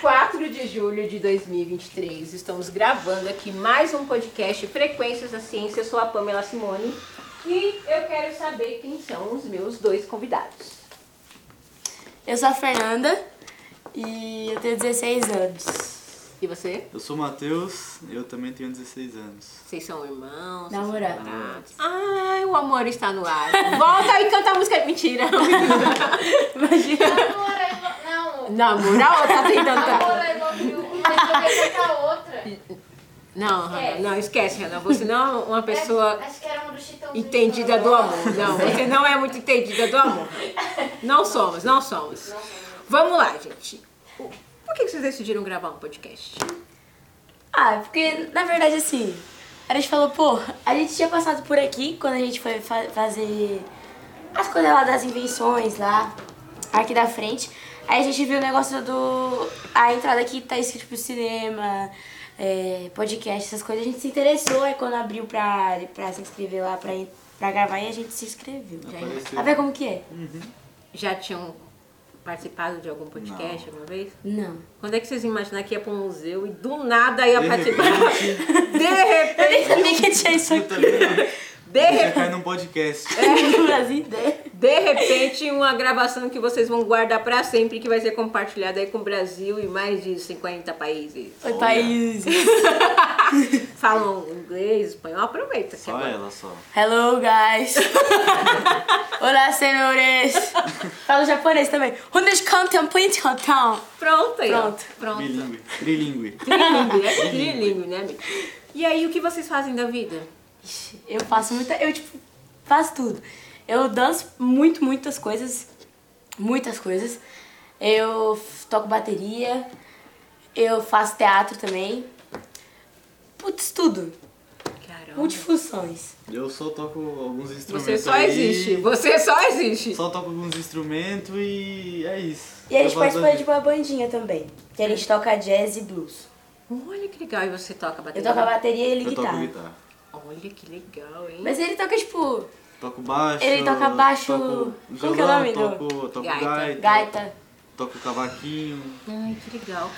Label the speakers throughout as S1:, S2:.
S1: 4 de julho de 2023, estamos gravando aqui mais um podcast Frequências da Ciência. Eu sou a Pamela Simone e eu quero saber quem são os meus dois convidados.
S2: Eu sou a Fernanda e eu tenho 16 anos.
S1: E você?
S3: Eu sou o Matheus, eu também tenho 16 anos.
S1: Vocês são irmãos? vocês
S2: Namorados.
S1: são namorados? Ai, o amor está no ar. Volta e canta a música. Mentira. Imagina.
S4: Namora, não.
S1: Namorar ou tá tentando? tá?
S4: Namora, envolve uma, envolve com a outra.
S1: Não, Renan, não, esquece, Renan. Você não é uma pessoa
S4: Acho que era uma do Chitãozinho.
S1: entendida do amor. Não, você não é muito entendida do amor. Não somos, não somos. Vamos lá, gente. O- Por que que vocês decidiram gravar um podcast?
S2: Ah, porque na verdade assim, a gente falou, pô, a gente tinha passado por aqui quando a gente foi fa- fazer as coisas lá das invenções lá, aqui da frente. Aí a gente viu o negócio do. A entrada aqui tá escrito tipo cinema, é, podcast, essas coisas. A gente se interessou, aí quando abriu pra, pra se inscrever lá, pra, en- pra gravar, e a gente se inscreveu.
S3: Apareceu.
S2: Pra ver como que é?
S1: Já tinham participado de algum podcast
S3: Não.
S1: alguma vez?
S2: Não.
S1: Quando é que vocês imaginaram que ia pra um museu e do nada ia
S3: De
S1: participar? De repente,
S2: Eu nem sabia que tinha isso
S3: Eu
S2: aqui
S3: também não.
S1: de,
S3: Já
S1: re-
S3: cai num podcast.
S2: É, no Brasil ideia.
S1: de repente, uma gravação que vocês vão guardar pra sempre, que vai ser compartilhada aí com o Brasil e mais de 50 países.
S2: Oi,
S3: Olha.
S2: país.
S1: Falam inglês, espanhol, aproveita. que é
S3: Só
S1: bom.
S3: ela só.
S2: Hello, guys. Olá, senhores. Falo japonês também. Hundes cantam point hotel.
S1: Pronto aí. ó.
S2: Pronto.
S1: Pronto.
S3: Bilingue, trilingue.
S1: Trilingue, é trilingue, né, amigo? E aí, o que vocês fazem da vida?
S2: Ixi, Eu faço muita... Eu, tipo, faço tudo. Eu danço muito, muitas coisas. Muitas coisas. Eu f- toco bateria. Eu faço teatro também. Putz, tudo.
S1: Caramba.
S2: Multifunções.
S3: Eu só toco alguns instrumentos.
S1: Você só
S3: aí,
S1: existe. Você só existe.
S3: Só toco alguns instrumentos e é isso.
S2: E a gente
S3: Só faço
S2: participa
S3: as-
S2: de uma bandinha também. Que a gente toca jazz e blues.
S1: Olha que legal. E você toca
S2: Eu
S1: bateria?
S2: toco a bateria e ele
S3: Eu toco
S2: guitarra.
S3: guitarra.
S1: Olha que legal, hein?
S2: Mas ele toca, tipo,
S3: Toco baixo.
S2: Ele toca baixo-
S3: Toco
S2: Como
S3: violão,
S2: que é o nome do-
S3: toco, toco
S1: Gaita.
S3: gaita.
S2: gaita.
S3: Toco cavaquinho.
S1: Ai, que legal.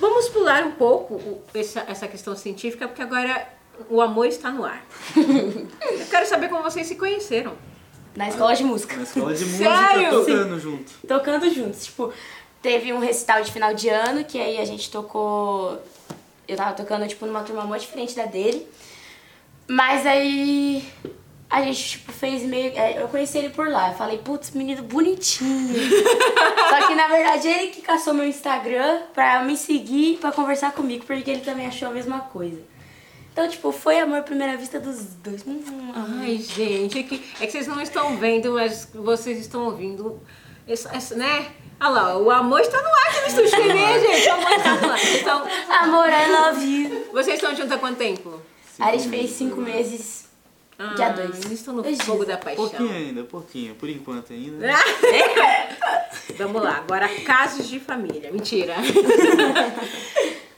S1: Vamos pular um pouco o- essa, essa questão científica, porque agora o amor está no ar. Eu quero saber como vocês se conheceram.
S2: Na escola de música.
S3: Na escola de música
S1: Sério?
S3: tocando junto.
S2: Tocando juntos. Tipo, teve um recital de final de ano, que aí a gente tocou. Eu tava tocando, tipo, numa turma muito diferente da dele. Mas aí. A gente, tipo, fez meio. é, Eu conheci ele por lá. Eu falei, putz, menino bonitinho. Só que na verdade ele que caçou meu Instagram pra me seguir, pra conversar comigo, porque ele também achou a mesma coisa. Então, tipo, foi amor à primeira vista dos dois. Hum,
S1: Ai, gente, é que, é que vocês não estão vendo, mas vocês estão ouvindo. Essa, essa, né? Olha lá, o amor está no ar aqui no estúdio TV, gente. O amor está no ar. Então,
S2: Amor, I love you.
S1: vocês estão juntos há quanto tempo?
S2: Aí a gente fez
S3: né?
S2: cinco meses. Dia dois.
S1: Vocês Ah, estão no
S2: Dois dias.
S1: fogo da paixão.
S3: Pouquinho ainda, pouquinho. Por enquanto ainda.
S1: Vamos lá, agora casos de família. Mentira.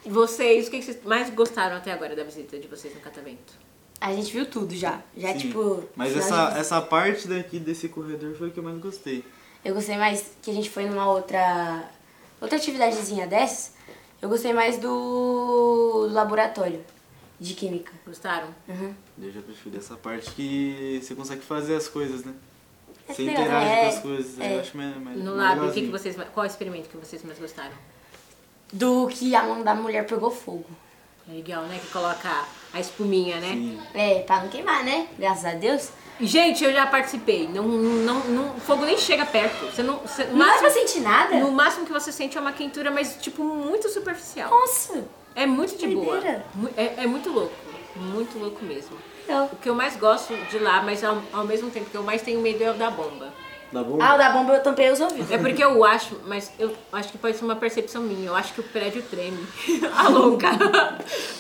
S1: E vocês, o que que vocês mais gostaram até agora da visita de vocês no catamento?
S2: A gente viu tudo já. Já,
S3: Sim.
S2: tipo.
S3: Mas
S2: final
S3: essa,
S2: de-
S3: essa parte daqui desse corredor foi o que eu mais gostei.
S2: Eu gostei mais que a gente foi numa outra. Outra atividadezinha dessas. Eu gostei mais do, do laboratório de química.
S1: Gostaram?
S3: Eu já prefiro essa parte que você consegue fazer as coisas, né?
S2: É
S3: Você
S2: legal,
S3: interage
S2: é,
S3: com as coisas.
S2: é.
S3: Eu acho mais, mais,
S1: No lab, o que
S3: mais
S1: que
S3: legalzinho.
S1: vocês, mais- qual o experimento que vocês mais gostaram?
S2: Do que a mão da mulher pegou fogo.
S1: É Legal, né? Que coloca a espuminha, né?
S3: Sim.
S2: É, pra não queimar, né? Graças a Deus.
S1: Gente, eu já participei. Não, não, não, o fogo nem chega perto. Você não, você-
S2: Não dá pra
S1: máximo-
S2: sentir nada?
S1: no máximo que você sente é uma quentura, mas tipo muito superficial.
S2: Nossa!
S1: É muito de boa.
S2: Doideira.
S1: Mu- É, é muito louco. Muito louco mesmo.
S2: Não.
S1: O que eu mais gosto de lá, mas ao, ao mesmo tempo que eu mais tenho medo é o da bomba.
S3: Dá bom?
S2: Ah, o da bomba eu tampei os ouvidos.
S1: É porque eu acho, mas eu acho que pode ser uma percepção minha. Eu acho que o prédio treme. A louca.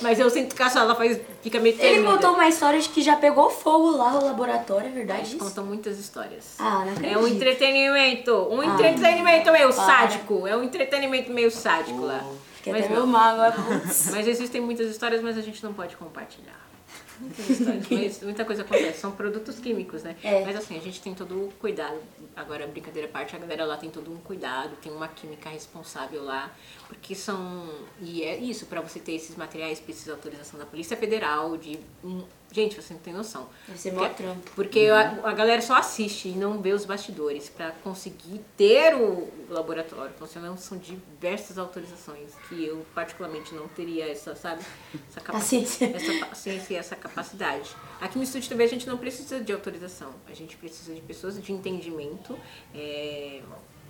S1: Mas eu sinto que a sala faz, fica meio
S2: Ele
S1: tremida.
S2: contou uma história de que já pegou fogo lá no laboratório, é verdade
S1: Eles
S2: isso?
S1: contam muitas histórias.
S2: Ah, não acredito.
S1: É um
S2: Ah.
S1: entretenimento. Um entretenimento meio sádico. É um entretenimento meio sádico lá.
S2: Oh, Fiquei
S1: Mas
S2: até
S1: não.
S2: meio mal agora, putz.
S1: Mas existem muitas histórias, mas a gente não pode compartilhar. Muitas histórias, mas muita coisa acontece. São produtos químicos, né?
S2: É.
S1: Mas assim, a gente tem todo o cuidado. Agora, brincadeira à parte, a galera lá tem todo um cuidado, tem uma química responsável lá. Porque são. E é isso, pra você ter esses materiais, precisa de autorização da Polícia Federal, de. hum, Gente, você não tem noção.
S2: Deve ser mó
S1: Porque,
S2: trampo.
S1: porque a, a galera só assiste e não vê os bastidores para conseguir ter o laboratório funcionando. São diversas autorizações que eu, particularmente, não teria essa, sabe? Essa
S2: Paciência.
S1: Essa paciência e essa capacidade. Aqui no Estúdio TV a gente não precisa de autorização. A gente precisa de pessoas de entendimento. é,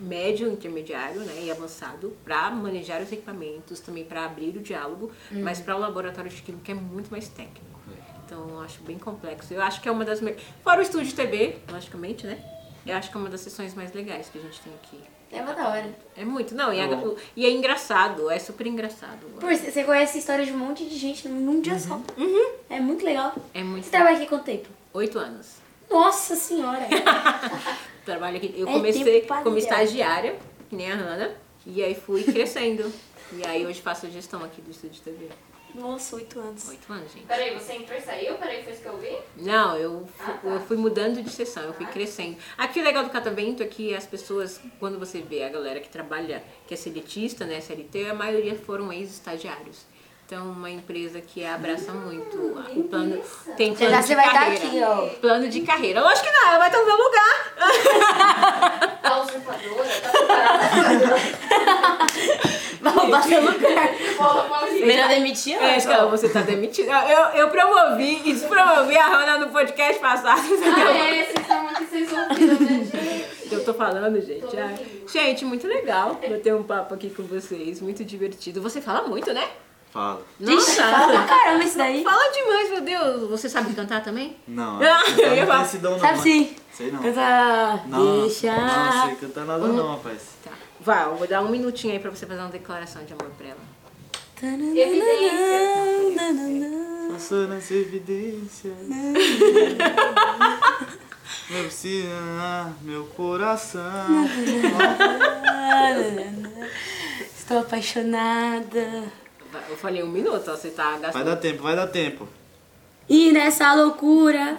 S1: médio, intermediário né, e avançado para manejar os equipamentos, também para abrir o diálogo, mas para o laboratório de química é muito mais técnico. Então eu acho bem complexo. Eu acho que é uma das. me- Fora o estúdio TV, logicamente, né? Eu acho que é uma das sessões mais legais que a gente tem aqui.
S2: É uma da hora.
S1: É muito, não, e, a-
S3: Bom.
S1: o- e é engraçado, é super engraçado.
S2: Pô, c- você conhece a história de um monte de gente num dia só. É muito legal.
S1: É muito.
S2: Você trabalha aqui quanto tempo?
S1: Oito anos.
S2: Nossa senhora!
S1: Trabalho aqui. Eu
S2: É
S1: comecei
S2: tempo pra
S1: como
S2: ligar.
S1: estagiária, que nem a Hanna, e aí fui crescendo. e aí hoje faço gestão aqui do estúdio TV.
S2: Nossa, oito anos.
S1: Oito anos, gente.
S4: Peraí, você sempre saiu? Peraí, foi isso que eu vi?
S1: Não, eu, fu-
S2: Ah, tá.
S1: eu fui mudando de sessão, eu fui crescendo. Aqui o legal do catavento é que as pessoas, quando você vê a galera que trabalha, que é seletista, né, CLT, a maioria foram ex-estagiários. Então, uma empresa que abraça muito o plano. Tem plano
S2: já
S1: de
S2: você vai estar
S1: carreira.
S2: aqui, ó.
S1: Plano de carreira. Lógico que não, ela vai estar no meu lugar.
S4: A usurpadora, tá preparada.
S2: Vai roubar seu lugar.
S4: Fala assim. uma vez.
S2: Melhor demitir?
S1: É, acho que ela, você tá demitida. Eu, eu promovi e despromovi a Rana no podcast passado.
S4: Ah, é, vocês são muito vocês ouviram, né, gente?
S1: que eu tô falando, gente.
S4: Todo
S1: Ai.
S4: mundo.
S1: Gente, muito legal bater um papo aqui com vocês. Muito divertido. Você fala muito, né?
S3: Fala.
S2: Vixe, fala pra caramba isso daí.
S1: Fala demais, meu Deus. Você sabe cantar também?
S3: Não,
S1: Ah,
S3: cantar
S1: eu ia
S3: não
S1: falar.
S3: tem esse dom não.
S2: Sabe
S3: mano.
S2: sim.
S3: Sei não.
S2: Canta.
S3: Não,
S2: Deixa. um
S3: não sei cantar nada não, rapaz.
S1: Tá. Vai, eu vou dar um minutinho aí pra você fazer uma declaração de amor pra ela.
S2: Evidência.
S3: Passou nas evidências. meu sim, meu coração.
S2: Estou apaixonada.
S1: Vai, Eu falei um minuto, ó, você tá
S3: Vai
S1: gastando.
S3: dar tempo, vai dar tempo.
S2: E nessa loucura.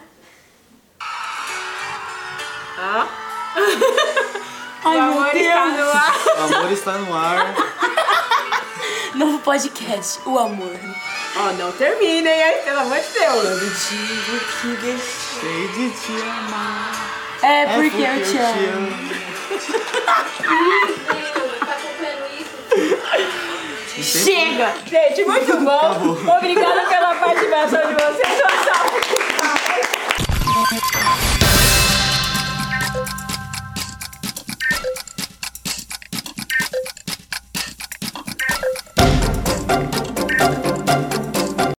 S1: Ah, o
S2: Ai,
S1: amor está
S2: meu
S1: no ar.
S3: O amor está no ar.
S2: Deus. Novo podcast, O Amor.
S1: Ó, não terminem, hein? Pelo amor de Deus.
S2: Eu digo que deixa.
S3: Sei de te amar.
S2: É porque eu te amo.
S4: Meu, tá acompanhando isso.
S2: Chega!
S1: Gente, muito bom. Obrigada pela participação de vocês.